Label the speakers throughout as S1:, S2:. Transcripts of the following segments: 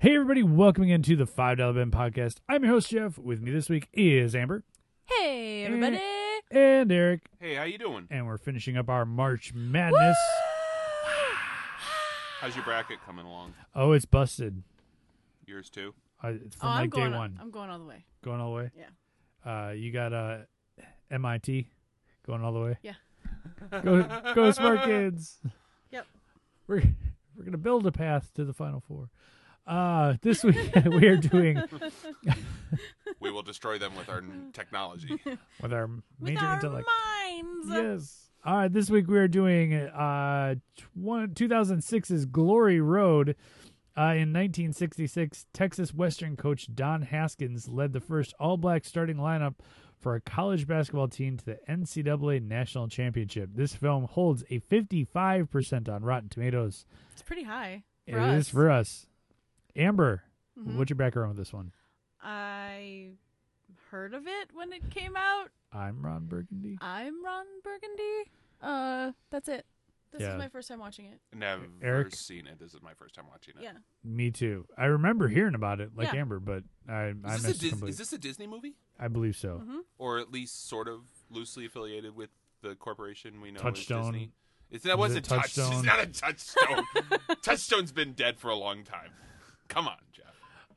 S1: Hey, everybody, welcome again to the $5 Ben Podcast. I'm your host, Jeff. With me this week is Amber
S2: Hey, everybody.
S1: and Eric,
S3: Hey, how you doing?
S1: and we're finishing up our March Madness.
S3: How's your bracket coming along?
S1: Oh, it's busted.
S3: Yours too.
S1: Uh, It's
S2: Oh,
S1: from
S2: I'm
S1: like day
S2: going.
S1: one.
S2: I'm going all the way.
S1: Going all the way? Yeah. Uh, you got uh, MIT going all the way?
S2: Yeah.
S1: Go, go Smart Kids.
S2: Yep.
S1: We're, we're going to build a path to the Final Four. Uh, this week, we are doing
S3: We will destroy them with our n- technology.
S1: with our
S2: With
S1: major
S2: our
S1: intellect.
S2: minds.
S1: Yes. All right. This week we are doing uh, tw- one- 2006's Glory Road. Uh, in 1966, Texas Western coach Don Haskins led the first all black starting lineup for a college basketball team to the NCAA National Championship. This film holds a 55% on Rotten Tomatoes.
S2: It's pretty high.
S1: It
S2: For
S1: is
S2: us.
S1: for us. Amber,
S2: Mhm.
S1: what's your background with this one?
S2: I heard of it when it came out.
S1: I'm Ron Burgundy.
S2: I'm Ron Burgundy. Uh, that's it. This
S1: Yeah.
S2: is my first time watching it.
S3: Never
S1: Eric?
S3: seen it. This is my first time watching it.
S2: Yeah.
S1: Me too. I remember hearing about it, like
S2: Yeah.
S1: Amber, but I, I
S3: Is,
S1: missed
S3: this a
S1: it
S3: Dis-
S1: completely.
S3: is this a Disney movie,
S1: I believe so.
S3: or at least sort of loosely affiliated with the corporation we know?
S1: Touchstone.
S3: As Disney? It's, that wasn't
S1: it
S3: touch-
S1: Touchstone?
S3: It's not a touchstone. Touchstone's been dead for a long time. Come on, Jeff.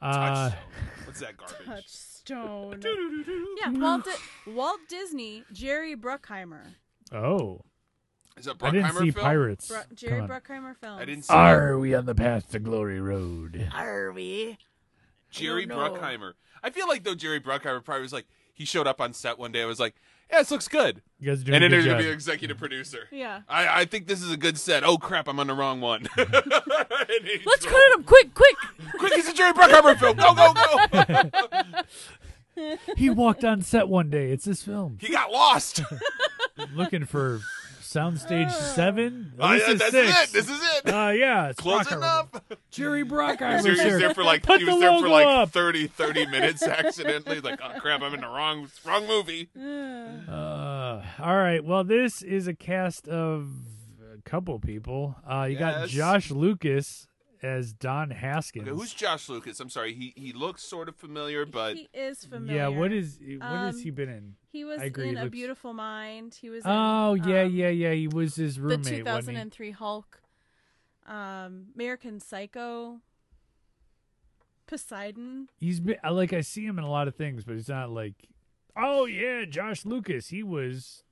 S1: Uh,
S3: Touchstone. What's that garbage?
S2: Touchstone. yeah. Walt, Di- Walt Disney, Jerry Bruckheimer.
S1: oh,
S3: Is that Bruckheimer
S1: I didn't see Uh,
S3: film?
S1: pirates.
S2: Bru- Jerry
S1: Come on.
S2: Bruckheimer films.
S3: I didn't see
S1: Are we on the path to glory road?
S2: Are we?
S3: Jerry
S2: don't know.
S3: Bruckheimer. I feel like though Jerry Bruckheimer probably was like he showed up on set one day. and was like, yeah, this looks good.
S1: You guys are doing
S3: and
S1: a
S3: then
S1: good
S3: there's gonna
S1: job.
S3: be an executive producer.
S2: Yeah.
S3: I, I think this is a good set. Oh crap, I'm on the wrong one. Let's
S2: Let's cut it up quick, quick.
S3: Quick, it's a Jerry Bruckheimer film. Go, go, go.
S1: he walked on set one day. It's this film.
S3: he got lost.
S1: Looking for soundstage seven.
S3: Uh,
S1: this
S3: yeah,
S1: is
S3: that's
S1: six.
S3: it. This is it.
S1: uh, yeah, it's
S3: Close
S1: Bruckheimer.
S3: enough.
S1: Jerry
S3: He was
S1: Bruckheimer's
S3: there
S1: here.
S3: for like
S1: Put
S3: he
S1: the
S3: was there
S1: logo
S3: for like
S1: up.
S3: 30, 30 minutes accidentally. Like, oh crap, I'm in the wrong wrong movie.
S1: Uh, all right. Well, this is a cast of a couple people. Uh, you got
S3: Yes.
S1: Josh Lucas as Don Haskins.
S3: Okay, who's Josh Lucas? I'm sorry. He he looks sort of familiar, but
S2: he is familiar.
S1: yeah? What is what has
S2: Um,
S1: he been in?
S2: He was
S1: I agree,
S2: in
S1: he
S2: A
S1: looks-
S2: Beautiful Mind. He was.
S1: Oh
S2: in,
S1: yeah,
S2: um,
S1: yeah, yeah. He was his
S2: The
S1: roommate. wasn't he?
S2: 2003 Hulk, um, American Psycho, Poseidon.
S1: He's been I- like I see him in a lot of things, but it's not like, oh yeah, Josh Lucas. He was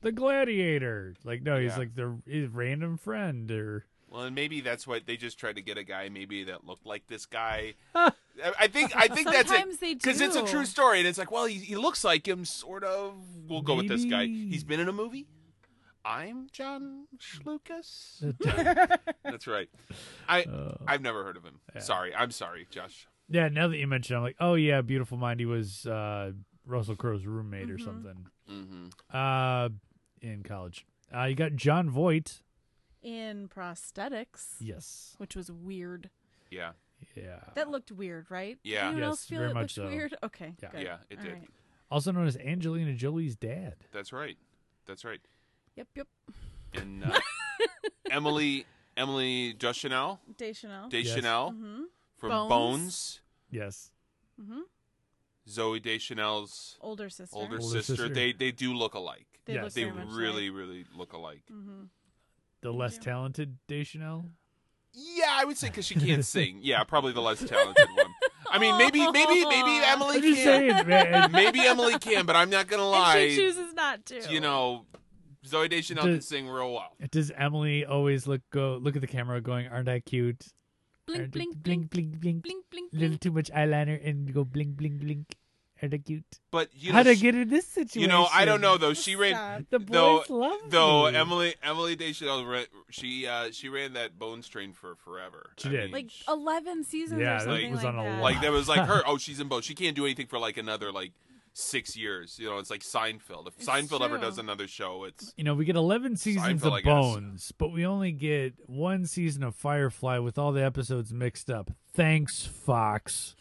S1: the Gladiator. Like no, he's
S3: Yeah.
S1: like the his random friend or
S3: Well, and maybe that's what they just tried to get a guy maybe that looked like this guy. I I think I think that's
S2: Sometimes
S3: it
S2: they
S3: it's a
S2: do.
S3: true story, and it's like, well, he, he looks like him, sort of. We'll go with this guy.
S1: Maybe.
S3: He's been in a movie. I'm John Lucas. that's right. I I've never heard of him. Sorry, I'm sorry, Josh.
S1: yeah. Now that you mention, it, I'm like, oh yeah, Beautiful Mind. He was uh, Russell Crowe's roommate
S2: Mm-hmm.
S1: or something
S3: hmm
S1: uh, in college. Uh, you got John Voight.
S2: in prosthetics,
S1: Yes.
S2: which was weird.
S3: Yeah,
S1: Yeah.
S2: That looked weird, right? Did
S3: Yeah.
S2: anyone
S1: Yes,
S2: else feel
S1: very
S2: it
S1: much
S2: looked
S1: so.
S2: weird? Okay.
S1: Yeah.
S2: good.
S3: Yeah, it
S2: All
S3: did.
S2: right.
S1: Also known as Angelina Jolie's dad.
S3: that's right. That's right.
S2: Yep, yep.
S3: And uh, Emily Emily Deschanel
S2: Deschanel.
S1: Yes.
S3: Deschanel
S2: mm-hmm.
S3: from
S2: Bones.
S3: Bones.
S1: Yes.
S2: Mm-hmm.
S3: Zoe Deschanel's
S2: Older sister.
S3: older,
S1: Older
S3: sister,
S1: sister.
S3: They they do look alike.
S2: They
S1: Yes.
S2: look
S3: They
S2: very much
S3: really really look alike.
S2: Mm-hmm.
S1: The
S2: Thank
S1: less
S2: you.
S1: talented Deschanel.
S3: Yeah, I would say because she can't sing. Yeah, probably the less talented one. I mean, maybe maybe maybe
S2: Aw.
S3: Emily
S1: I'm just
S3: can.
S1: saying, man.
S3: Maybe Emily can, but I'm not gonna
S2: And she
S3: lie.
S2: chooses not to.
S3: You know, Zoe Deschanel
S1: Does-
S3: can sing real well.
S1: Does Emily always look go look at the camera going, "Aren't I cute?
S2: blink,
S1: Aren't I-
S2: blink,
S1: blink,
S2: blink,
S1: blink, blink,
S2: blink, blink,
S1: Little
S2: blink.
S1: too much eyeliner and go blink, blink, blink. Aren't I cute?
S3: But you know,
S1: How'd I
S3: she-
S1: get in this situation?
S3: you know, I don't know though. Oh, She ran.
S2: Stop.
S1: The
S3: Though-
S1: boys love
S3: Though
S1: me.
S3: Emily Emily Deschanel, ran- she uh, she ran that Bones train for forever.
S1: She
S3: I
S1: did.
S3: mean,
S2: Like
S3: she-
S2: eleven seasons
S1: Yeah,
S2: or
S1: that
S2: something
S1: was
S2: like
S1: on a
S2: that.
S1: lot.
S3: Like that was like her. Oh, she's in both. She can't do anything for like another like six years. You know, it's like Seinfeld. If
S2: It's
S3: Seinfeld ever
S2: true.
S3: does another show, it's
S1: You know, we get eleven seasons
S3: Seinfeld, I
S1: of
S3: guess.
S1: Bones, but we only get one season of Firefly with all the episodes mixed up. Thanks, Fox.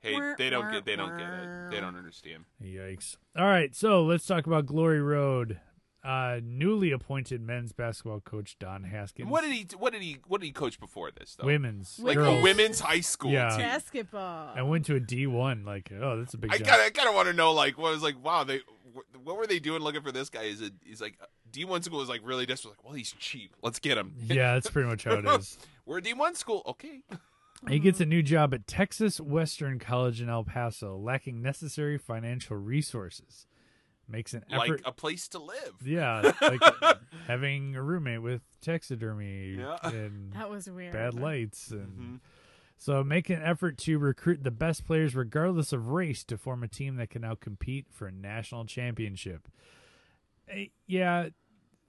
S3: Hey, they don't get they don't get it. They don't understand.
S1: Yikes. All right, so let's talk about Glory Road. Uh, newly appointed men's basketball coach Don Haskins.
S3: What did he what did he what did he coach before this though?
S1: Women's.
S3: Like
S1: girls.
S3: a women's high school
S1: Yeah.
S3: team.
S2: Basketball.
S1: I went to a D1. Like, oh, that's a big
S3: I
S1: job.
S3: kind of I kind of want to know like what was like wow they wh- what were they doing looking for this guy? Is it he's like D one school is like really desperate like well he's cheap let's get him.
S1: Yeah, that's pretty much how it is.
S3: We're D one school okay.
S1: He gets a new job at Texas Western College in El Paso, lacking necessary financial resources. Makes an effort.
S3: Like a place to live.
S1: yeah, like having a roommate with taxidermy
S3: Yeah.
S1: and
S2: That was weird.
S1: bad lights and
S3: Mhm.
S1: so make an effort to recruit the best players regardless of race to form a team that can now compete for a national championship Eh, yeah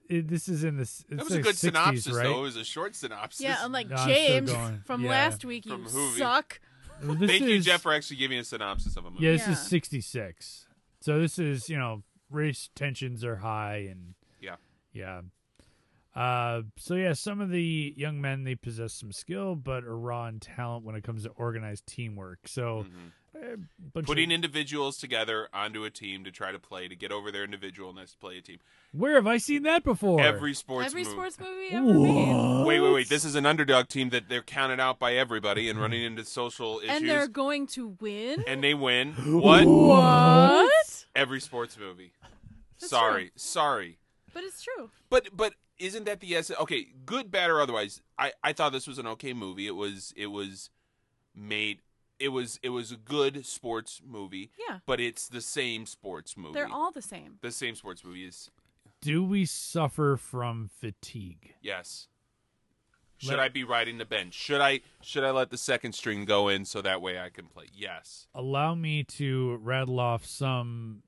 S1: it, this is in the s-
S3: That
S1: it's
S3: was a
S1: like
S3: good
S1: 60s,
S3: synopsis
S1: right?
S3: though. It was a short synopsis.
S2: Yeah, unlike
S1: No, I'm still
S2: James
S1: going.
S2: from
S1: Yeah.
S2: last week, you
S3: From Hoovy.
S2: suck.
S1: Well, this
S3: Thank you,
S1: is-
S3: Jeff, for actually giving a synopsis of a movie.
S1: yeah this
S2: Yeah.
S1: is 66 so this is you know race tensions are high and
S3: Yeah.
S1: yeah uh, so yeah, some of the young men they possess some skill, but are raw in talent when it comes to organized teamwork. So,
S3: Mhm.
S1: eh, bunch of-
S3: Putting individuals together onto a team to try to play to get over their individualness to play a team.
S1: where have I seen that before?
S3: Every sports
S2: Every
S3: movie.
S2: sports movie ever made.
S1: What?
S3: Wait, wait, wait. This is an underdog team that they're counted out by everybody and running into social issues.
S2: And they're going to win?
S3: and they win. What?
S2: What?
S3: Every sports movie.
S2: That's
S3: sorry, sorry.
S2: But it's true.
S3: But but isn't that the essence? Okay, good, bad, or otherwise. I I thought this was an okay movie. It was it was made. It was it was a good sports movie.
S2: Yeah.
S3: But it's the same sports movie.
S2: They're all the same.
S3: the same sports movie is
S1: Do we suffer from fatigue?
S3: yes. Should
S1: Let-
S3: I be riding the bench? Should I should I let the second string go in so that way I can play? Yes.
S1: Allow me to rattle off some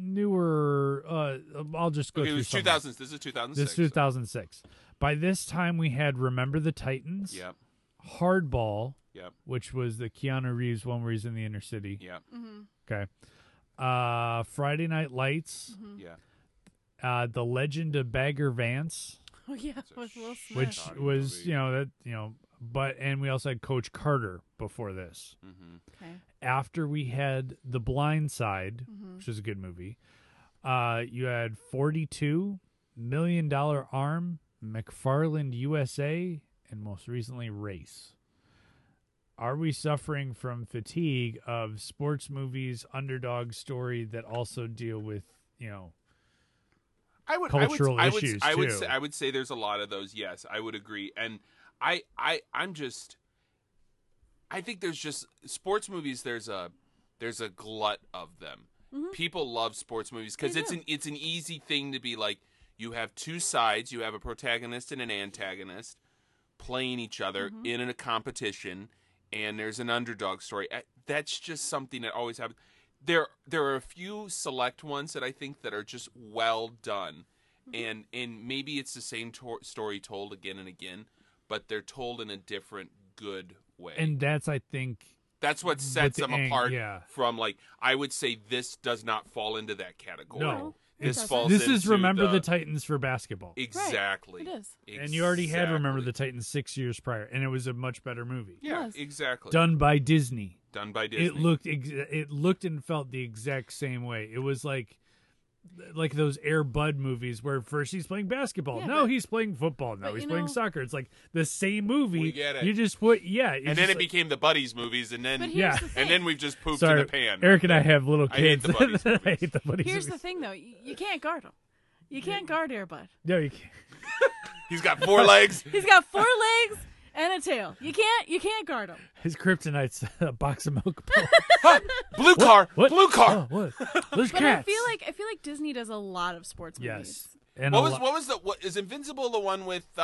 S1: newer. Uh, I'll just go
S3: Okay,
S1: through.
S3: it was
S1: some.
S3: 2000s. This is 2006.
S1: This is 2006. By this time, we had Remember the Titans,
S3: Yep.
S1: Hardball,
S3: Yep.
S1: which was the Keanu Reeves one where he's in the inner city.
S3: Yep.
S2: hmm
S1: Okay. Uh, Friday Night Lights,
S2: Mm-hmm.
S3: Yeah.
S1: uh, The Legend of Bagger Vance.
S2: Oh, yeah.
S3: It's a
S2: With Will Smith.
S1: which
S3: Chicago
S1: was
S3: movie.
S1: you know that you know but and we also had coach carter before this
S3: Mm-hmm.
S2: Okay.
S1: after we had the blind side
S2: Mhm.
S1: which was a good movie uh you had 42 million dollar arm mcfarland usa and most recently race are we suffering from fatigue of sports movies underdog story that also deal with you know
S3: I would
S1: cultural
S3: I would,
S1: issues,
S3: I would, I would
S1: too.
S3: say I would say there's a lot of those. Yes, I would agree. And I I I'm just I think there's just sports movies there's a there's a glut of them.
S2: Mhm.
S3: People love sports movies cuz
S2: They
S3: it's
S2: do.
S3: an it's an easy thing to be like you have two sides, you have a protagonist and an antagonist playing each other
S2: Mm-hmm.
S3: in a competition and there's an underdog story. I- That's just something that always happens. There there are a few select ones that I think that are just well done.
S1: Mm-hmm.
S3: And and maybe it's the same to- story told again and again, but they're told in a different good way.
S1: and that's i think
S3: that's what sets
S1: the
S3: them
S1: ang-
S3: apart
S1: yeah.
S3: from like I would say this does not fall into that category.
S1: No.
S3: This
S2: It
S3: falls
S1: this is
S3: into
S1: remember the,
S3: the
S1: titans for basketball
S3: Exactly.
S2: It is.
S1: And you already had Remember the
S3: Exactly.
S1: Titans six years prior, and it was a much better movie.
S3: Yeah,
S2: Yes.
S3: exactly.
S1: Done by Disney.
S3: Done by Disney.
S1: It looked ex- it looked and felt the exact same way. It was like like those Air Bud movies where first he's playing basketball,
S2: Yeah,
S1: now
S2: but-
S1: he's playing football, now
S2: but
S1: he's
S2: you
S1: playing
S2: know-
S1: soccer. It's like the same movie.
S3: We get it.
S1: You just put yeah, it's
S3: and then
S1: just
S3: it became the buddies movies, and then
S2: But here's
S1: Yeah.
S2: the thing.
S3: and then we've just
S1: like,
S3: pooped
S1: sorry,
S3: in the pan.
S1: Eric and I have little
S3: I
S1: kids.
S3: hate the buddies
S1: I
S3: movies.
S1: hate the buddies
S2: Here's the
S1: movies.
S2: thing, though. You, you can't guard him. You can't guard Airbud.
S1: No, you can't.
S3: He's got four legs.
S2: He's got four legs and a tail. You can't. You can't guard him.
S1: His kryptonite's a box of milk. Bowl.
S3: Huh, blue car.
S1: What?
S3: Blue car.
S1: Oh, what? Those
S2: But I
S1: cats.
S2: feel like I feel like Disney does a lot of sports movies.
S1: yes. And
S3: What
S1: a
S3: was
S1: lot-
S3: what was the what is Invincible the one with uh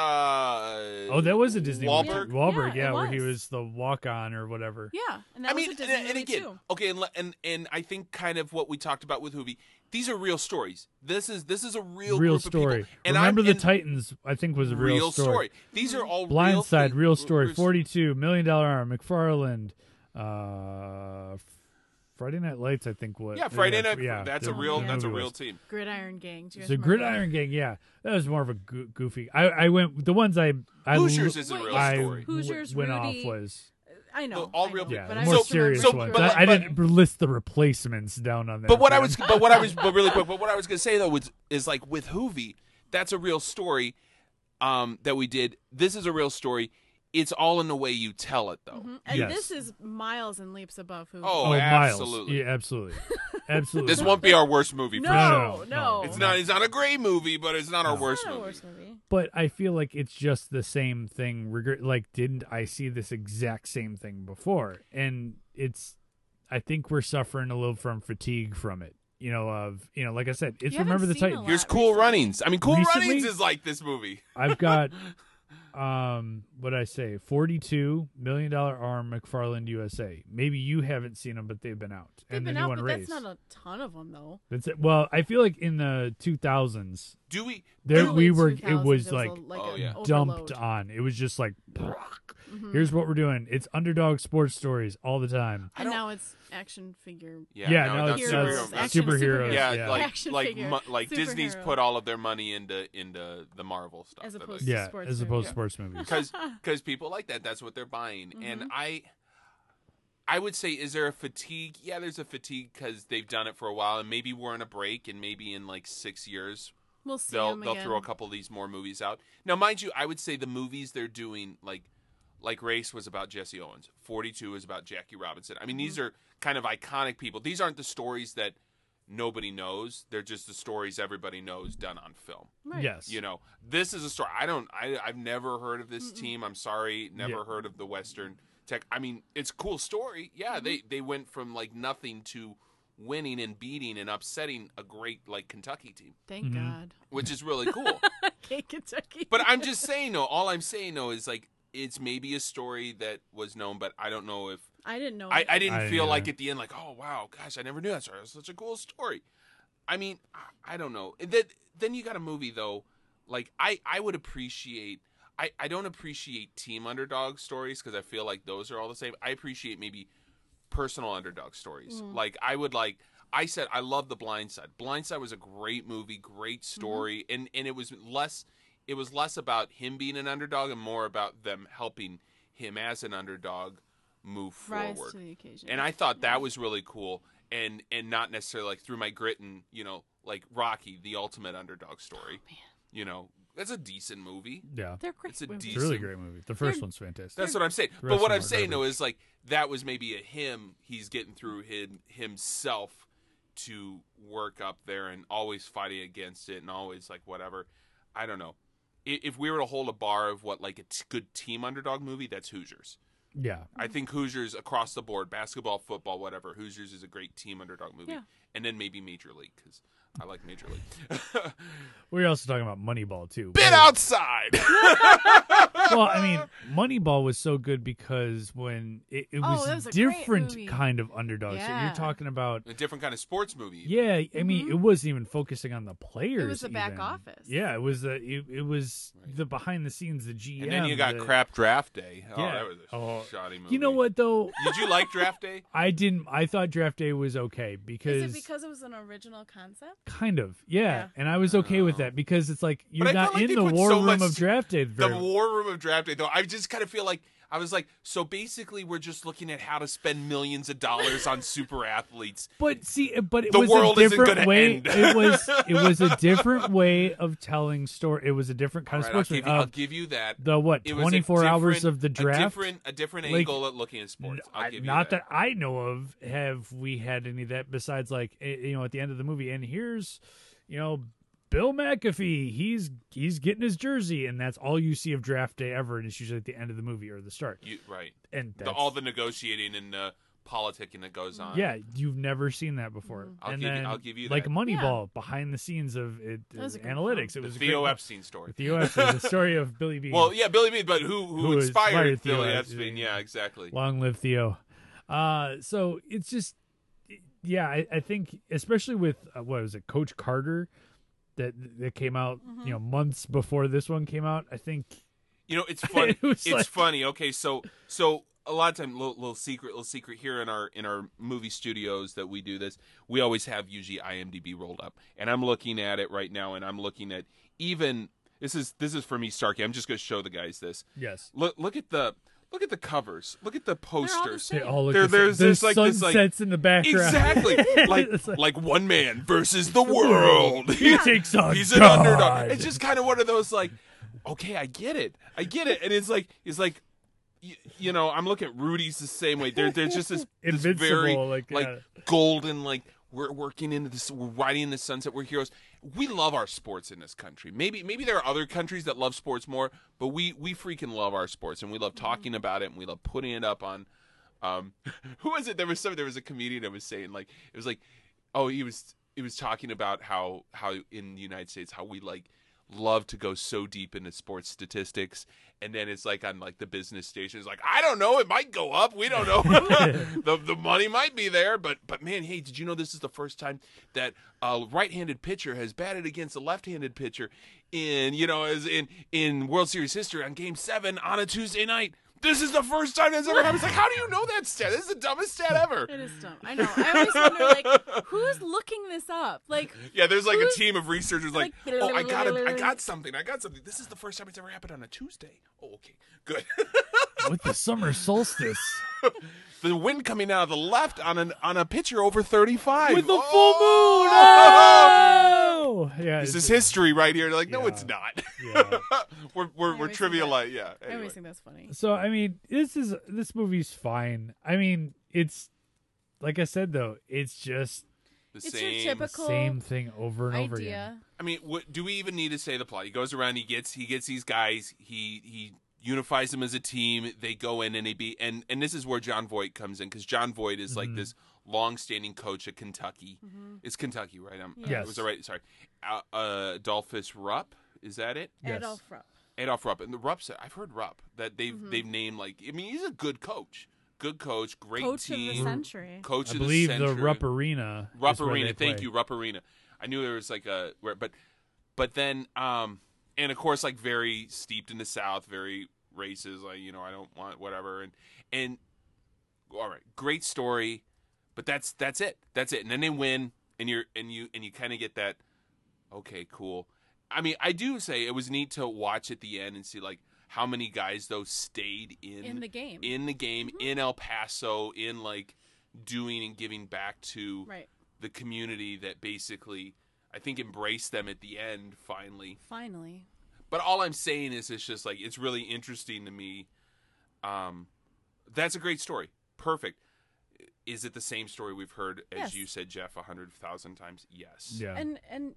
S1: Oh, that was a Disney one, too.
S3: Wahlberg?
S1: Wahlberg,
S2: Yeah,
S1: yeah,
S2: it
S1: where he
S2: was.
S1: was the walk on or whatever.
S2: Yeah, and that
S3: I mean
S2: was a
S3: and,
S2: Disney
S3: and
S2: movie
S3: again,
S2: too.
S3: okay, and le- and and I think kind of what we talked about with Hoovy, these are real stories. This is this is a
S1: real
S3: real group Of
S1: story.
S3: people. And
S1: Remember
S3: I'm,
S1: the
S3: and
S1: Titans, I think was a real,
S3: real story. These are all real
S1: Blindside,
S3: thi-
S1: real story.
S3: real-
S1: Forty two million dollar arm. McFarland. Uh, F- Friday Night Lights, I think was.
S3: Yeah, Friday night.
S1: yeah,
S3: that's a
S1: the
S3: real.
S1: movie
S3: That's a
S1: was.
S3: real team.
S2: Gridiron Gang. Do you
S1: It's
S2: guys
S1: a
S2: remember
S1: Gridiron Gang. Yeah, that was more of a goo- goofy. I I went the ones I I
S3: Hoosiers
S1: lo-
S3: is a
S2: Wait,
S3: real
S1: I
S3: story.
S1: w-
S2: Hoosiers,
S1: went
S2: Rudy.
S1: off was
S2: that? I know.
S3: The- all
S2: I
S3: real
S2: know,
S3: people.
S1: Yeah,
S2: but
S1: the
S2: I
S1: more
S2: just remember
S1: serious
S3: so-
S1: ones.
S3: but-
S1: I, I
S3: but-
S1: didn't list the replacements down on there.
S3: But what I
S1: for
S3: was,
S1: you.
S3: but what I was, but really quick, but what I was going to say though was, is like with Hoovy, that's a real story um, that we did. This is a real story. It's all in the way you tell it, though.
S2: Mhm. And
S1: Yes.
S2: this is miles and leaps above who.
S3: Oh,
S1: oh,
S3: absolutely.
S1: Miles. Yeah, absolutely, absolutely.
S3: This won't be our worst movie.
S2: no,
S3: for sure.
S1: No,
S2: no,
S1: no, no.
S3: It's not. It's not a great movie, but it's not our
S1: No.
S2: It's
S3: worst
S2: not a
S3: movie.
S2: worst movie.
S1: But I feel like it's just the same thing. Regret, like, didn't I see this exact same thing before? And it's, I think we're suffering a little from fatigue from it. You know, of you know, like I said, it's
S2: You haven't
S1: remember the
S2: seen a
S1: Titans.
S2: lot.
S3: Here's Cool
S2: recently.
S3: Runnings. I mean, Cool
S1: Recently?
S3: Runnings is like this movie.
S1: I've got um what I say, forty two million dollar arm McFarland USA. Maybe you haven't seen them, but they've been out.
S2: They've
S1: and
S2: been
S1: the new
S2: out,
S1: one
S2: but
S1: raised.
S2: that's not a ton of them though.
S1: That's it. Well, I feel like in the two thousands
S3: Do we?
S1: there
S2: Early
S1: we were it
S2: 2000s,
S1: was
S2: a-
S1: like
S3: Oh,
S2: an
S3: yeah.
S1: dumped
S2: overload.
S1: on. It was just like
S2: Mhm.
S1: here's what we're doing. It's underdog sports stories all the time.
S3: I
S2: and
S3: don't-
S2: now it's action figure.
S3: Yeah,
S1: Yeah,
S3: no,
S1: no,
S3: not
S1: it's-
S3: superhero.
S1: that's
S3: That's-
S2: Action
S1: superheroes.
S2: superheroes.
S3: yeah,
S1: yeah.
S3: like
S2: Action
S3: like
S2: figure,
S3: mu- like Disney's
S2: superhero.
S3: put all of their money into into the Marvel stuff.
S2: As
S3: They're
S2: opposed
S3: like,
S2: to
S1: Yeah,
S2: sports
S1: as opposed
S2: movies.
S1: to sports movies.
S3: because because people like that. That's what they're buying.
S2: Mm-hmm.
S3: And I, I would say, is there a fatigue? Yeah, there's a fatigue because they've done it for a while, and maybe we're on a break, and maybe in like six years
S2: We'll see
S3: they'll
S2: them
S3: they'll
S2: again.
S3: throw a couple of these more movies out. Now, mind you, I would say the movies they're doing like. Like Race was about Jesse Owens, 42 is about Jackie Robinson. I mean, these
S2: Mm-hmm.
S3: are kind of iconic people. These aren't the stories that nobody knows. They're just the stories everybody knows done on film.
S2: Right.
S1: Yes.
S3: You know, this is a story. I don't. I I've never heard of this team. I'm sorry, never
S1: Yeah.
S3: heard of the Western Tech. I mean, it's a cool story.
S1: Mm-hmm.
S3: Yeah, they they went from like nothing to winning and beating and upsetting a great like Kentucky team,
S2: Thank
S1: Mm-hmm.
S2: God.
S3: which is really cool.
S2: Okay, Kentucky.
S3: but I'm just saying though. All I'm saying though is like it's maybe a story that was known, but I don't know if
S2: I didn't know.
S3: I, I didn't
S1: I-
S3: feel
S1: yeah.
S3: like at the end, like, oh wow, gosh, I never knew that story. That's such a cool story. I mean, I, I don't know. Then then you got a movie though. Like I I would appreciate. I I don't appreciate team underdog stories because I feel like those are all the same. I appreciate maybe personal underdog stories.
S2: Mm-hmm.
S3: Like I would like. I said I love The Blind Side. Blind Side was a great movie, great
S2: Mm-hmm.
S3: story, and and it was less. It was less about him being an underdog and more about them helping him as an underdog move
S2: rise
S3: forward
S2: to the occasion.
S3: and I thought that was really cool, and and not necessarily like through my grit and you know like Rocky, the ultimate underdog story.
S2: man.
S3: You know, that's a decent movie.
S1: Yeah.
S2: they're great.
S3: It's a
S2: women.
S1: It's
S3: decent
S1: a really great movie. The first one's fantastic.
S3: That's what I'm saying.
S1: The
S3: But
S1: rest
S3: what
S1: of
S3: I'm
S1: them are
S3: saying though is like that was maybe a him. He's getting through him himself to work up there and always fighting against it and always like whatever. I don't know. I- If we were to hold a bar of what like a t- good team underdog movie, that's Hoosiers.
S1: Yeah.
S3: I think Hoosiers across the board, basketball, football, whatever. Hoosiers is a great team underdog movie,
S2: Yeah.
S3: and then maybe Major League because I like Major League.
S1: We We're also talking about Moneyball too.
S3: Bit outside.
S1: well, I mean, Moneyball was so good because when it, it
S2: Oh,
S1: was,
S2: that was a great
S1: different
S2: movie.
S1: kind of underdog. So
S2: Yeah.
S1: you're talking about
S3: a different kind of sports movie.
S1: yeah. I mean, it wasn't even focusing on the players.
S2: Mm-hmm. the back
S1: even.
S2: office.
S1: Yeah, it was the it, it was
S3: Right.
S1: the behind the scenes, the GM.
S3: And then you got
S1: the-
S3: crap draft day. Oh,
S1: Yeah.
S3: that was a
S1: Oh,
S3: shoddy movie.
S1: You know what though?
S3: Did you like draft day?
S1: I didn't. I thought Draft Day was okay because,
S2: Is it because it was an original concept?
S1: kind of yeah,
S2: Yeah.
S1: and I was okay with that because it's like you're
S3: Oh. I felt
S1: not
S3: like
S1: in
S3: they
S1: the
S3: put
S1: war
S3: so
S1: room
S3: much-
S1: of Draft Day.
S3: The
S1: Very,
S3: war room of draft day, though. I just kind of feel like I was like, so basically, we're just looking at how to spend millions of dollars on super athletes.
S1: But see, uh, but it
S3: The
S1: was
S3: world
S1: a
S3: isn't
S1: different
S3: gonna
S1: way.
S3: end.
S1: it was it was a different way of telling story. It was a different kind
S3: All right, I'll
S1: of sports.
S3: give, you, I'll give you that.
S1: the what
S3: It was a
S1: twenty four hours
S3: different-
S1: of the
S3: A
S1: draft.
S3: different, a different
S1: Like,
S3: angle at looking at sports. I'll
S1: I-
S3: give you
S1: not
S3: that.
S1: that. I know of have we had any of that besides like eh, you know at the end of the movie and here's you know Bill McAfee he's he's getting his jersey and that's all you see of draft day ever and it's usually at the end of the movie or the start
S3: You, right.
S1: and
S3: The,
S1: that's,
S3: all the negotiating and the politicking that goes on.
S1: yeah you've never seen that
S2: Mm-hmm.
S1: before
S3: I'll
S1: and
S3: give you-
S1: then
S3: I'll give you
S1: like
S3: that.
S1: Moneyball behind the scenes of it uh,
S2: That was a good
S1: analytics
S2: film.
S1: it
S3: The
S1: was a
S3: Theo
S1: great,
S3: Epstein story.
S1: Theo Epstein the story of Billy Bean
S3: Well, yeah, Billy Bean, but who who,
S1: Who
S3: inspired,
S1: inspired
S3: Billy
S1: Theo
S3: Epstein?
S1: Epstein.
S3: Yeah, exactly.
S1: Long live Theo. Uh, so it's just, yeah, I, I think especially with uh, what was it, Coach Carter, that that came out,
S3: Mm-hmm.
S1: you know, months before this one came out. I think
S3: You know, it's funny.
S1: It was
S3: it's
S1: like-
S3: funny. Okay, so so a lot of time, little, little secret, little secret here in our in our movie studios that we do this. We always have usually IMDb rolled up, and I'm looking at it right now, and I'm looking at even this is this is for me, Starkey. I'm just going to show the guys this.
S1: yes,
S3: Look look at the Look at the covers. Look at the posters.
S1: They all look the
S3: There-
S1: same.
S3: there's this, like, this,
S1: sunsets
S3: like-
S1: in the background.
S3: Exactly. like
S1: It's like-
S3: like one man versus the world.
S1: He takes on
S3: He's an
S1: God.
S3: underdog. It's just kind of one of those like, okay, I get it, I get it, and it's like it's like, you, you know, I'm looking at Rudy's the same way. They're they're just this, this
S1: Invincible,
S3: very
S1: like, yeah.
S3: golden like. We're working into this. We're riding in the sunset. We're heroes. We love our sports in this country. Maybe, maybe there are other countries that love sports more, but we we freaking love our sports, and we love talking about it, and we love putting it up on um who was it there was some there was a comedian that was saying like it was like oh he was he was talking about how how in the united states how we like love to go so deep into sports statistics and then it's like on like the business station it's like i don't know it might go up we don't know the, the money might be there but but man hey did you know this is the first time that a right-handed pitcher has batted against a left-handed pitcher in you know as in in world series history on game seven on a tuesday night this is the first time that's ever happened. It's like, how do you know that stat? This is the dumbest stat ever.
S2: It is dumb. I know. I always wonder, like, who's looking this up? Like,
S3: Yeah, there's like a
S2: Who's-
S3: team of researchers like,
S2: Like,
S3: oh, I got, a, I got something, I got something. This is the first time it's ever happened on a Tuesday. Oh, okay, good.
S1: with the summer solstice.
S3: the wind coming out of the left on an on a pitcher over 35
S1: With the full moon!
S2: Ah!
S1: Oh, yeah.
S3: this is
S1: it's-
S3: history right here. They're like, no,
S1: Yeah.
S3: it's not.
S1: Yeah.
S3: we're we're,
S2: I
S3: we're
S2: always think that.
S3: trivialized. Yeah.
S2: I
S3: anyway.
S2: always think that's funny.
S1: So I mean, this is this movie's fine. I mean, it's like I said though, it's just
S3: The
S2: It's your
S3: same.
S1: the
S2: typical
S1: same thing over and over again.
S2: idea.
S3: I mean, what, do we even need to say the plot? He goes around, he gets he gets these guys, he he unifies them as a team. They go in and they be and and this is where John Voight comes in because John Voight is
S1: Mm-hmm.
S3: like this long-standing coach at Kentucky.
S2: Mm-hmm.
S3: It's Kentucky, right? I'm,
S1: Yes.
S3: uh, was I right? Sorry, uh, uh, Adolphus Rupp. Is that it?
S1: Yes.
S2: Adolf Rupp.
S3: Adolph Rupp and the Rupps. I've heard Rupp that they've
S2: Mm-hmm.
S3: they've named like. I mean, he's a good coach, good coach, great
S2: Coach of
S3: team,
S2: the century.
S3: coach
S1: I
S3: of
S1: believe
S3: the
S1: the,
S3: century.
S1: Rupp Arena. is
S3: Rupp
S1: where
S3: Arena.
S1: they
S3: Thank
S1: play.
S3: you, Rupp Arena. I knew there was like a where- but but then um and of course like very steeped in the South, very racist. Like you know I don't want whatever and and all right, great story, but that's that's it. That's it. And then they win, and you're and you and you kind of get that. Okay, cool. I mean, I do say it was neat to watch at the end and see like how many guys though stayed in
S2: In the Mm-hmm. game.
S3: in the game in El Paso in like doing and giving back to
S2: Right.
S3: the community that basically I think embraced them at the end finally.
S2: Finally.
S3: But all I'm saying is it's just like it's really interesting to me. Um that's a great story. Perfect. Is it the same story we've heard as
S2: Yes.
S3: you said, Jeff, a hundred thousand times? Yes.
S1: Yeah.
S2: And and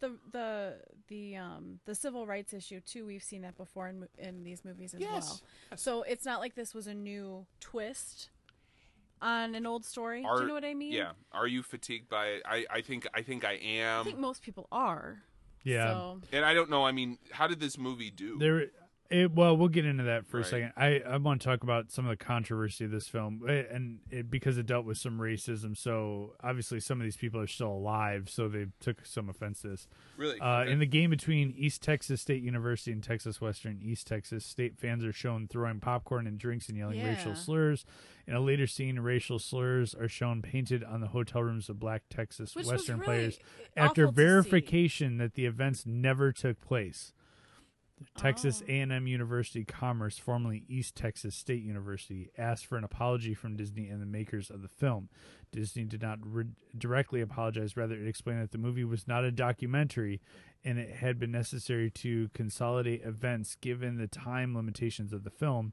S2: the the the um the civil rights issue too. We've seen that before in mo- in these movies as
S3: Yes.
S2: well. So it's not like this was a new twist on an old story. Do
S3: Are-
S2: you know what I mean?
S3: Yeah. Are you fatigued by it? I, I think I think I am.
S2: I think most people are.
S1: yeah.
S2: So
S3: and I don't know, I mean, how did this movie do?
S1: There, it, well, we'll get into that for
S3: Right.
S1: a second. I I want to talk about some of the controversy of this film, eh, and it, because it dealt with some racism. So obviously, some of these people are still alive, so they took some offense to this.
S3: really?
S1: Uh,
S3: Okay.
S1: in the game between East Texas State University and Texas Western, East Texas State fans are shown throwing popcorn and drinks and yelling
S2: Yeah.
S1: racial slurs. In a later scene, racial slurs are shown painted on the hotel rooms of black Texas
S2: Which was
S1: Western
S2: really
S1: players
S2: awful
S1: after
S2: to see.
S1: verification that the events never took place. Texas
S2: Oh.
S1: A&M University Commerce, formerly East Texas State University, asked for an apology from Disney and the makers of the film. Disney did not re- directly apologize; rather, it explained that the movie was not a documentary, and it had been necessary to consolidate events given the time limitations of the film,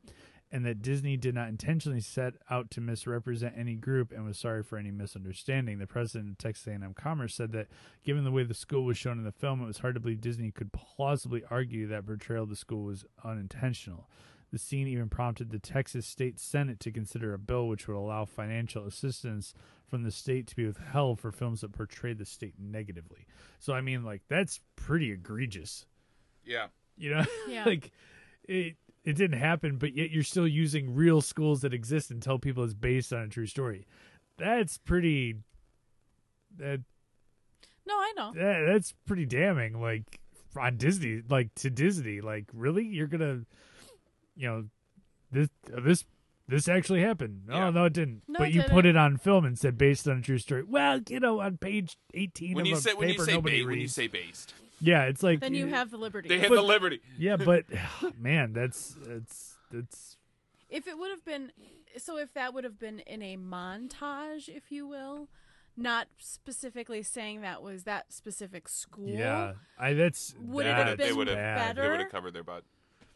S1: and that Disney did not intentionally set out to misrepresent any group and was sorry for any misunderstanding. The president of Texas A&M Commerce said that given the way the school was shown in the film, it was hard to believe Disney could plausibly argue that portrayal of the school was unintentional. The scene even prompted the Texas State Senate to consider a bill which would allow financial assistance from the state to be withheld for films that portray the state negatively. So I mean like that's pretty egregious.
S3: yeah.
S1: You know?
S2: Yeah.
S1: like it it didn't happen, but yet you're still using real schools that exist and tell people it's based on a true story. That's pretty that
S2: no, I know.
S1: that, that's pretty damning like on disney like to disney like really you're gonna you know this uh, this this actually happened
S3: Yeah.
S1: oh no it didn't
S2: No,
S1: but
S2: it
S1: you put it
S2: didn't.
S1: on film and said based on a true story well you know on page 18
S3: When
S1: of
S3: you
S1: a
S3: say
S1: paper
S3: when you say
S1: nobody
S3: ba- when you
S1: reads.
S3: say based,
S1: yeah it's like
S2: Then you have the liberty.
S3: they had
S1: But-
S3: the liberty.
S1: yeah but man that's that's that's
S2: if it would have been so if that would have been in a montage if you will not specifically saying that was that specific school
S1: Yeah, I that's
S2: Would it
S3: They
S2: have
S3: would've-
S1: that's
S2: been
S3: they would
S1: bad.
S3: have they would have
S2: better?
S3: covered their butt.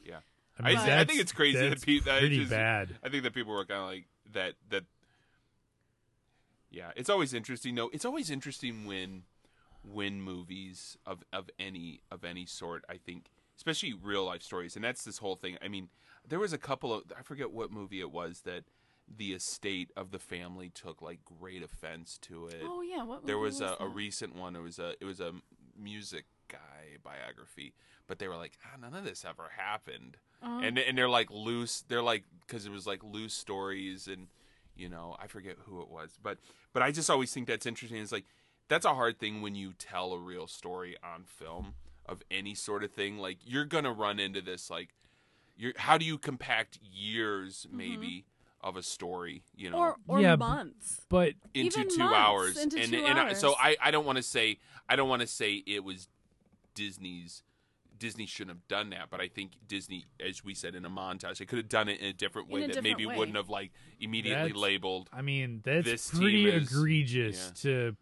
S3: Yeah.
S1: I, mean,
S2: I- I
S1: that's-
S3: think it's crazy that
S1: that's
S3: people- I
S1: pretty
S3: just-
S1: bad.
S3: I think that people were kind of like that. That yeah, it's always interesting. No, it's always interesting when when movies of of any of any sort. I think, especially real life stories, and that's this whole thing. I mean, there was a couple of I forget what movie it was that the estate of the family took like great offense to it.
S2: oh yeah what
S3: there
S2: movie
S3: was a,
S2: that?
S3: a recent one. It was a it was a music guy biography, but they were like, ah, none of this ever happened
S2: Oh.
S3: and and they're like loose they're like because it was like loose stories and you know i forget who it was but but i just always think that's interesting it's like that's a hard thing when you tell a real story on film of any sort of thing like you're gonna run into this like you're how do you compact years maybe of a story you know
S2: or or
S1: Yeah, b-
S2: months
S1: But
S3: into
S2: even
S3: two
S2: months,
S3: hours
S2: into
S3: and,
S2: two
S3: and I, so
S2: hours.
S3: i i don't want to say i don't want to say it was disney's disney shouldn't have done that but i think disney as we said in a montage they could have done it in a different
S2: In
S3: way
S2: a
S3: that
S2: different
S3: maybe
S2: way.
S3: wouldn't have like immediately
S1: That's-
S3: labeled
S1: I mean, that's
S3: This team
S1: pretty
S3: is-
S1: egregious to.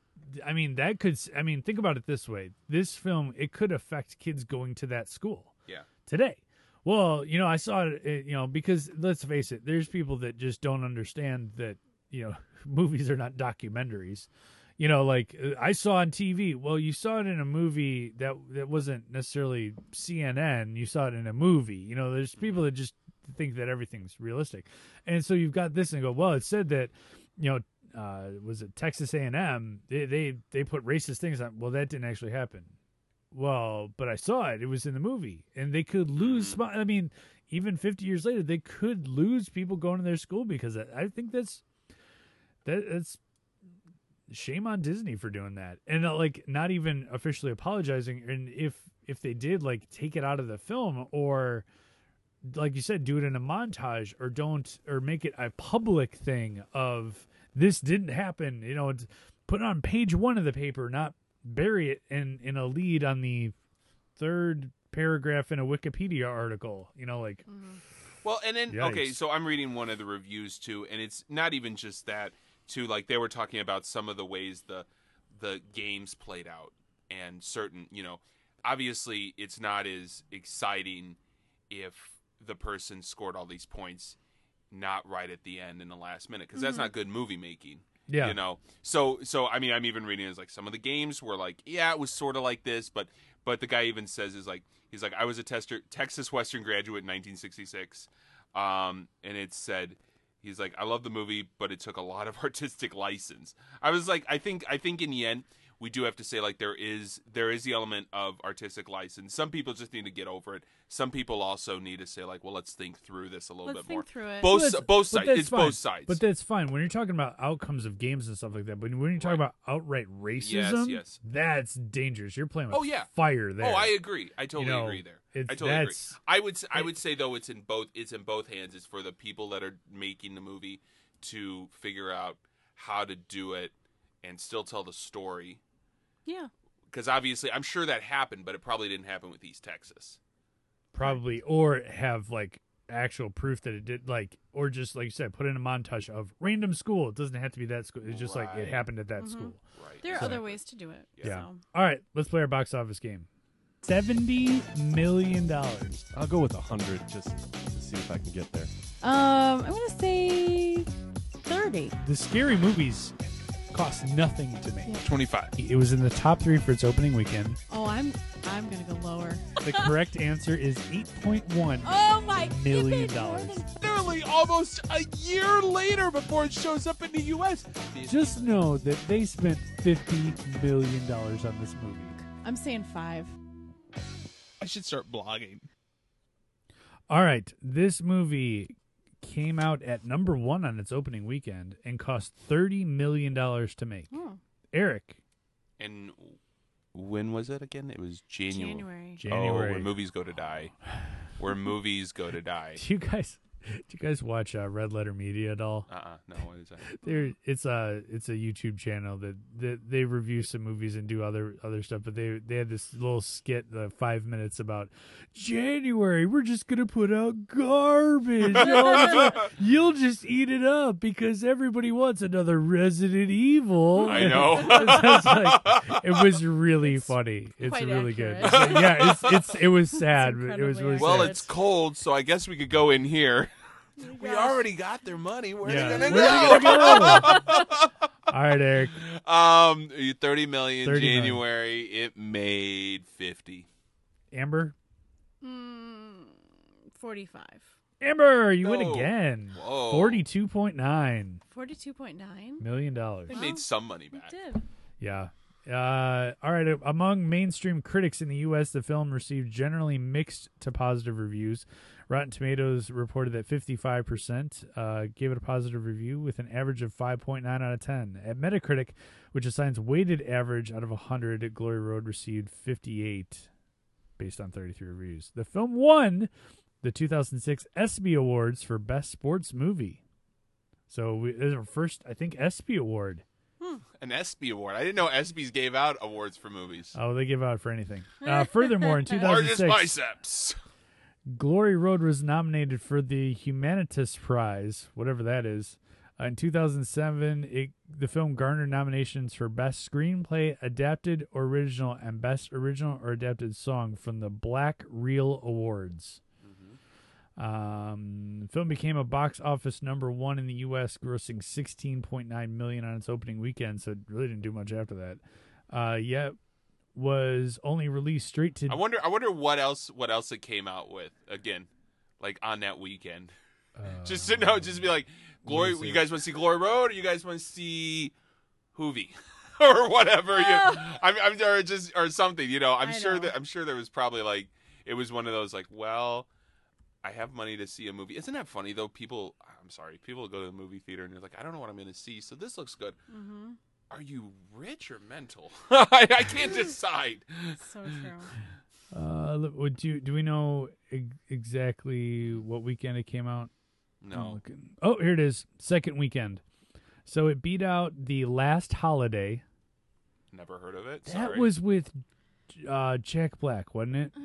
S1: I mean, that could. s- I mean, think about it this way: this film it could affect kids going to that school
S3: yeah
S1: today. Well, you know, I saw it. it, You know, because let's face it, there's people that just don't understand that you know movies are not documentaries. You know, like uh, I saw on TV. Well, you saw it in a movie that that wasn't necessarily CNN. You saw it in a movie. You know, there's people that just think that everything's realistic, and so you've got this and go. Well, it said that, you know. Uh, was it Texas A&M? They, they they put racist things on. Well, that didn't actually happen well, but I saw it. It was in the movie, and they could lose. Spot. I mean, even fifty years later, they could lose people going to their school because I, I think that's that, that's shame on Disney for doing that, and uh, like not even officially apologizing. And if if they did, like take it out of the film, or like you said, do it in a montage, or don't, or make it a public thing of this didn't happen. You know, it's put it on page one of the paper, not bury it in in a lead on the third paragraph in a Wikipedia article. You know, like
S3: Mm-hmm. Well, and then okay,
S1: Yikes.
S3: so I'm reading one of the reviews too, and it's not even just that too. Like they were talking about some of the ways the the games played out, and certain you know, obviously it's not as exciting if the person scored all these points not right at the end in the last minute because that's not good movie making.
S1: yeah,
S3: You know. So so I mean I'm even reading is like some of the games were like, yeah, it was sort of like this, but but the guy even says is like he's like I was a tester Texas Western graduate in 1966. Um and it said he's like I love the movie, but it took a lot of artistic license. I was like I think I think in the end we do have to say like there is there is the element of artistic license. Some people just need to get over it. Some people also need to say like, well, let's think through this a little
S2: let's
S3: bit
S2: think
S3: more.
S2: through it
S3: Both
S1: But
S3: si- both
S1: but
S3: sides.
S1: that's
S3: It's
S1: fine.
S3: both sides.
S1: But that's fine when you're talking about outcomes of games and stuff like that. But when you're talking
S3: Right.
S1: about outright racism,
S3: yes.
S1: that's dangerous. You're playing with
S3: Oh, yeah.
S1: fire there.
S3: Oh, I agree. I totally
S1: know,
S3: agree there. I
S1: it's-
S3: totally
S1: that's-
S3: agree. I would s- I would say though it's in both it's in both hands. It's for the people that are making the movie to figure out how to do it and still tell the story
S2: yeah
S3: because obviously I'm sure that happened, but it probably didn't happen with East Texas.
S1: probably or have like actual proof that it did like or just like you said put in a montage of random school it doesn't have to be that school it's just like
S3: Right.
S1: it happened at that
S2: Mhm.
S1: school
S3: Right.
S2: there are
S1: So-
S2: other ways to do it
S1: Yeah.
S2: so.
S1: All right, let's play our box office game. Seventy million dollars.
S4: I'll go with 100 just to see if I can get there.
S2: um i'm gonna say 30
S1: The scary movies cost nothing to make.
S3: Twenty five.
S1: It was in the top three for its opening weekend.
S2: oh i'm i'm gonna go lower
S1: The correct answer is eight point one.
S2: oh my
S1: Million
S2: it more than-
S1: dollars.
S3: Literally almost a year later before it shows up in the U.S.
S1: Just know that they spent fifty million dollars on this movie.
S2: i'm saying five
S5: I should start blogging.
S1: All right, this movie came out at number one on its opening weekend and cost thirty million dollars to make.
S2: oh,
S1: Eric,
S3: And when was it again? It was
S2: january
S3: January.
S1: January.
S3: Oh, when movies go to die. Where movies go to die.
S1: Do you guys Did you guys watch uh, Red Letter Media at all?
S3: Uh uh No, what is that?
S1: There, it's a it's a YouTube channel that, that they review some movies and do other other stuff. But they they had this little skit, the five minutes about January. We're just gonna put out garbage. Y'all ju- You'll just eat it up because everybody wants another Resident Evil.
S3: I know.
S1: It's like- it was really funny. It's
S2: quite
S1: really good.
S2: accurate.
S1: So, yeah, it's it's it was sad. but it was
S2: incredibly
S1: really
S3: Well,
S1: sad.
S2: accurate.
S3: it's cold, so I guess we could go in here. We
S2: Gosh.
S3: already got their money. Where
S1: Yeah.
S3: are they
S1: Where
S3: going to go?
S1: All right, Eric.
S3: Um, thirty million
S1: 30 million.
S3: January. It made fifty.
S1: Amber.
S2: Mm, 45.
S1: Amber, you win
S3: No.
S1: again.
S3: Whoa.
S1: Forty-two point nine
S2: 42.9?
S1: million dollars.
S3: They
S2: Wow.
S3: made some money
S2: We
S3: back.
S2: did.
S1: Yeah. Uh, all right. Among mainstream critics in the U.S., the film received generally mixed to positive reviews. Rotten Tomatoes reported that 55% uh, gave it a positive review with an average of 5.9 out of 10. At Metacritic, which assigns weighted average out of 100, Glory Road received 58 based on 33 reviews. The film won the 2006 ESPY Awards for Best Sports Movie. So we, this is our first, I think, E ESPY award.
S3: An ESPY award. I didn't know ESPYs gave out awards for movies.
S1: Oh, they give out for anything. Uh, furthermore, in 2006,
S3: Largest biceps.
S1: Glory Road was nominated for the Humanitas Prize, whatever that is. Uh, in 2007, it, the film garnered nominations for Best Screenplay, Adapted Original, and Best Original or Adapted Song from the Black Reel Awards. Um, the film became a box office number one in the U.S., grossing 16.9 million on its opening weekend. So it really didn't do much after that. Uh, yet was only released straight to
S3: I wonder. I wonder what else. What else it came out with again, like on that weekend. just to know. Just be like, Glory.
S1: Um, me see.
S3: You guys want to see Glory Road, or you guys want to see Hoovy, or whatever. You, I'm, I'm or just or something. You know. I'm
S2: Ah. I
S3: sure
S2: know.
S3: that I'm sure there was probably like it was one of those like well. I have money to see a movie. Isn't that funny though? People, I'm sorry, people go to the movie theater and they're like, I don't know what I'm going to see, so this looks good.
S2: hmm
S3: Are you rich or mental? I, I can't decide.
S2: So true.
S1: Uh, look, would you do we know ex- exactly what weekend it came out? I'm
S3: No.
S1: looking. Oh, here it is. Second weekend. So it beat out the last holiday.
S3: Never heard of it.
S1: That
S3: Sorry.
S1: was with uh, Jack Black, wasn't it?
S2: Uh,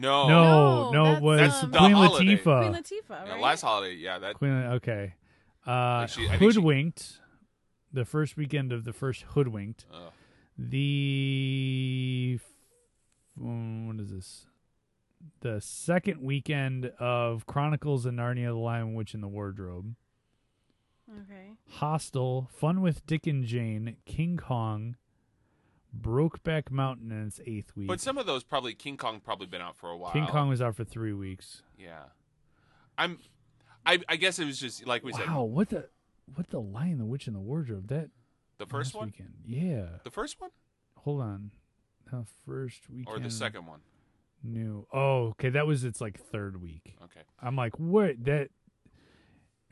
S3: no.
S1: no,
S2: No,
S1: no, it
S2: that's,
S1: was
S2: um,
S3: Oh. The
S1: Queen
S3: Holiday.
S1: Latifah.
S2: Queen Latifah,
S3: Yeah,
S2: right?
S3: last holiday, yeah. That
S1: Queen- okay. Uh,
S3: Like she- I think she-
S1: hoodwinked. The first weekend of the first hoodwinked.
S3: Ugh.
S1: the f- mm, what is this? The second weekend of Chronicles of Narnia: The Lion, Witch, and the Wardrobe,
S2: okay.
S1: Hostel, Fun with Dick and Jane, King Kong, Brokeback Mountain in its eighth week.
S3: but some of those probably King Kong probably been out for a while.
S1: King Kong was out for three weeks.
S3: yeah. I'm, I I guess it was just like we
S1: wow, what the what the Lion, the Witch, and the Wardrobe? That
S3: said, the first
S1: last
S3: one,
S1: weekend, yeah.
S3: the first one,
S1: Hold on, the first weekend
S3: or the second one.
S1: New. Oh, okay, that was its like third week.
S3: Okay.
S1: I'm like, what that?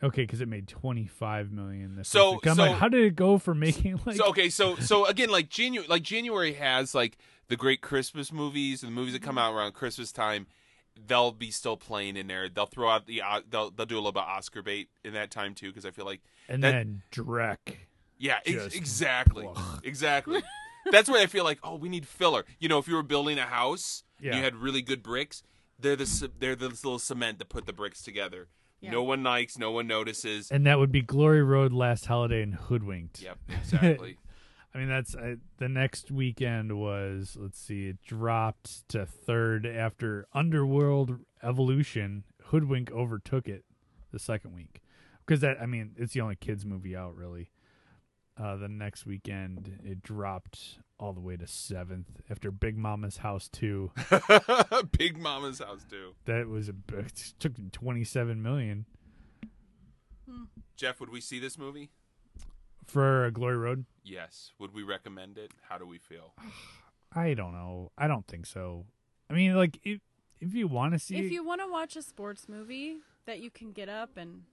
S1: Okay, because it made 25 million. This
S3: So-
S1: week. I'm
S3: so-
S1: like, how did it go from making like?
S3: so okay, so so again, like January, like January has like the great Christmas movies and the movies that come
S1: Mm-hmm.
S3: out around Christmas time. They'll be still playing in there. They'll throw out the uh, they'll they'll do a little bit of Oscar bait in that time too because I feel like
S1: and
S3: that-
S1: then Drek.
S3: Yeah, ex-
S1: Just
S3: exactly. Exactly. That's why I feel like, oh, we need filler. You know, if you were building a house, and
S1: Yeah.
S3: you had really good bricks. They're the ce- they're this little cement that put the bricks together.
S2: Yeah.
S3: No one likes, no one notices.
S1: And that would be Glory Road, Last Holiday, and Hoodwinked.
S3: Yep, exactly.
S1: I mean, that's I, the next weekend was. Let's see, it dropped to third after Underworld Evolution. Hoodwink overtook it the second week because that. I mean, it's the only kids movie out really. Uh, the next weekend, it dropped all the way to seventh after Big Mama's House Two.
S3: Big Mama's house too.
S1: That was a it took twenty seven million
S3: Jeff, would we see this movie?
S1: for Glory Road.
S3: Yes. Would we recommend it? How do we feel?
S1: I don't know. I don't think so. I mean, like if if you want to see,
S2: If
S1: it-
S2: you want to watch a sports movie that you can get up and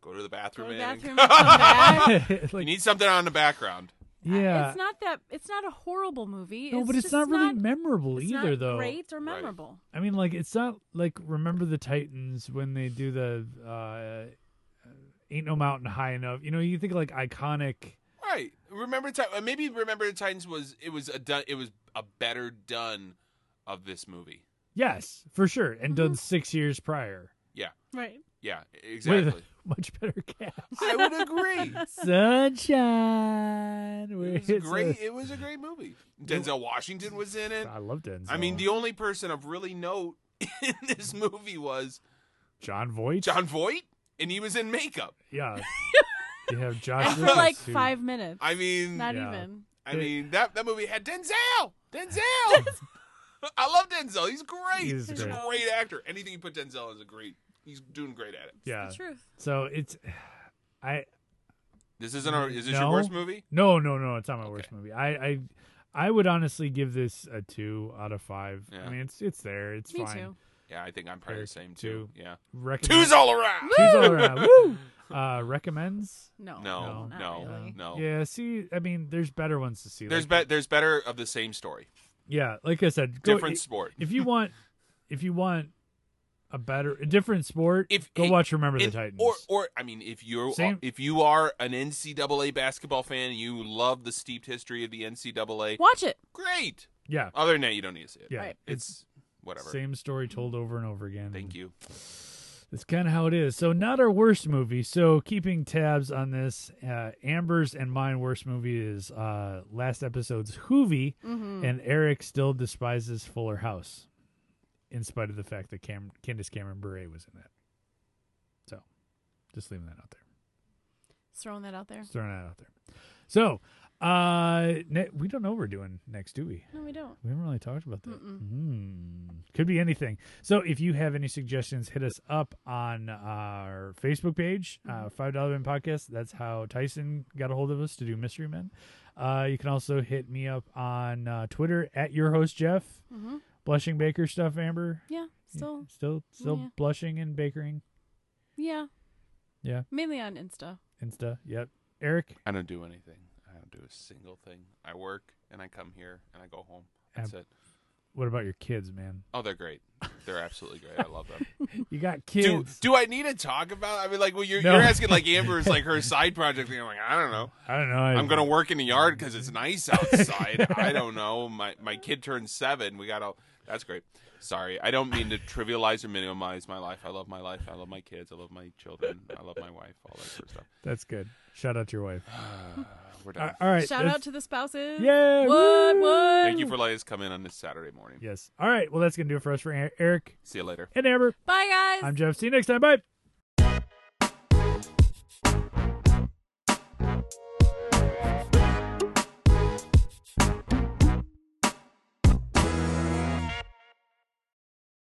S3: Go to the
S2: go
S3: bathroom.
S2: to the
S3: and-
S2: bathroom and come back,
S1: like,
S3: you need something on the background.
S2: I-
S1: Yeah.
S2: it's not that it's not a horrible movie.
S1: no, but it's not
S2: just
S1: really memorable
S2: it's
S1: either,
S2: not
S1: though.
S2: Great or
S3: Right.
S2: memorable.
S1: I mean, like it's not like remember the Titans when they do the uh, "Ain't No Mountain High Enough." You know, you think like iconic.
S3: Right. Remember the Ti- maybe Remember the Titans was it was a done it was a better done of this movie.
S1: Yes, for sure, and
S2: Mm-hmm.
S1: done six years prior
S2: Right.
S3: Yeah, e-, exactly.
S1: with a much better cast.
S3: I would agree.
S1: Sunshine. where
S3: It was a
S1: it's
S3: great.
S1: a-
S3: It was a great movie. Denzel Washington was in it.
S1: I loved it.
S3: I mean, the only person of really note in this movie was
S1: John Voight.
S3: John Voight, and he was in makeup.
S1: Yeah. you have Josh.
S2: And for
S1: Lucas,
S2: like
S1: who-
S2: five minutes.
S3: I mean,
S2: not
S1: Yeah.
S2: even.
S3: I mean that that movie had Denzel. Denzel. I love Denzel. He's great.
S1: He's
S3: He's,
S1: great.
S3: a great actor. Anything you put Denzel is a great. He's doing great at it.
S1: Yeah.
S2: The truth.
S1: So it's, I
S3: This isn't our. Is this
S1: No.
S3: your worst movie?
S1: no no no. It's not my
S3: Okay.
S1: worst movie. I I I would honestly give this a two out of five. I
S3: Yeah.
S1: mean, it's it's there. It's
S2: Me
S1: fine.
S2: too.
S3: Yeah, I think I'm probably the same too. Yeah,
S1: Recommend-
S3: two's all around.
S1: Two's all around. Woo! Uh, recommends. Um,
S2: No.
S3: No,
S2: not
S3: no,
S2: really.
S3: no.
S1: Yeah. See, I mean, there's better ones to see.
S3: There's
S1: like,
S3: be- there's better of the same story,
S1: Yeah, like I said, go,
S3: different sport.
S1: If you want, if you want a better, a different sport,
S3: If-
S1: go
S3: it-
S1: watch Remember the
S3: And-
S1: Titans.
S3: Or, or I mean, if you
S1: Same-
S3: if you are an NCAA basketball fan, and you love the steeped history of the NCAA.
S2: Watch it.
S3: Great.
S1: yeah,
S3: Other than that, you don't need to see it.
S1: yeah.
S2: Right.
S3: It's whatever.
S1: Same story told over and over again.
S3: Thank you.
S1: That's kind of how it is. So, not our worst movie. So, keeping tabs on this, uh, Amber's and mine worst movie is uh, last episode's Hoovy, and Eric still despises Fuller House, in spite of the fact that Cam- Candace Cameron Bure was in that. So, just leaving that out there.
S2: Just throwing that out there.
S1: Just throwing that out there. So, uh, ne- we don't know what we're doing next, do we?
S2: No, we don't.
S1: We haven't really talked about that. Hmm. Could be anything. So if you have any suggestions, hit us up on our Facebook page,
S2: Mm-hmm.
S1: uh, Five Dollar Men Podcast. That's how Tyson got a hold of us to do Mystery Men. Uh, you can also hit me up on uh, Twitter at your host Jeff.
S2: Mhm.
S1: Blushing Baker stuff, Amber.
S2: Yeah. Still.
S1: still, still
S2: yeah.
S1: blushing and bakering.
S2: Yeah.
S1: Yeah.
S2: Mainly on Insta.
S1: Insta. Yep. Eric.
S3: I don't do anything. I don't do a single thing. I work and I come here and I go home. That's it.
S1: What about your kids, man?
S3: Oh, they're great. They're absolutely great. I love them.
S1: You got
S3: Do,
S1: kids.
S3: do I need to talk about? I mean, like, well, you're,
S1: No.
S3: you're asking like Amber's like her side project thing. I'm like, I don't know.
S1: I don't know. I,
S3: I'm gonna work in the yard because it's nice outside. I don't know. My my kid turned seven. We got all. That's great. Sorry, I don't mean to trivialize or minimize my life. I love my life. I love my kids. I love my children. I love my wife. All that sort of stuff.
S1: That's good. Shout out to your wife.
S3: We're done.
S1: All right.
S2: Shout
S1: that's-
S2: out to the spouses.
S1: Yeah.
S2: What?
S1: woo!
S2: What?
S3: Thank you for letting us come in on this Saturday morning.
S1: Yes. All right. Well, that's going to do it for us for Eric
S3: See you later.
S1: and Amber.
S2: Bye, guys.
S1: I'm Jeff. See you next time. Bye.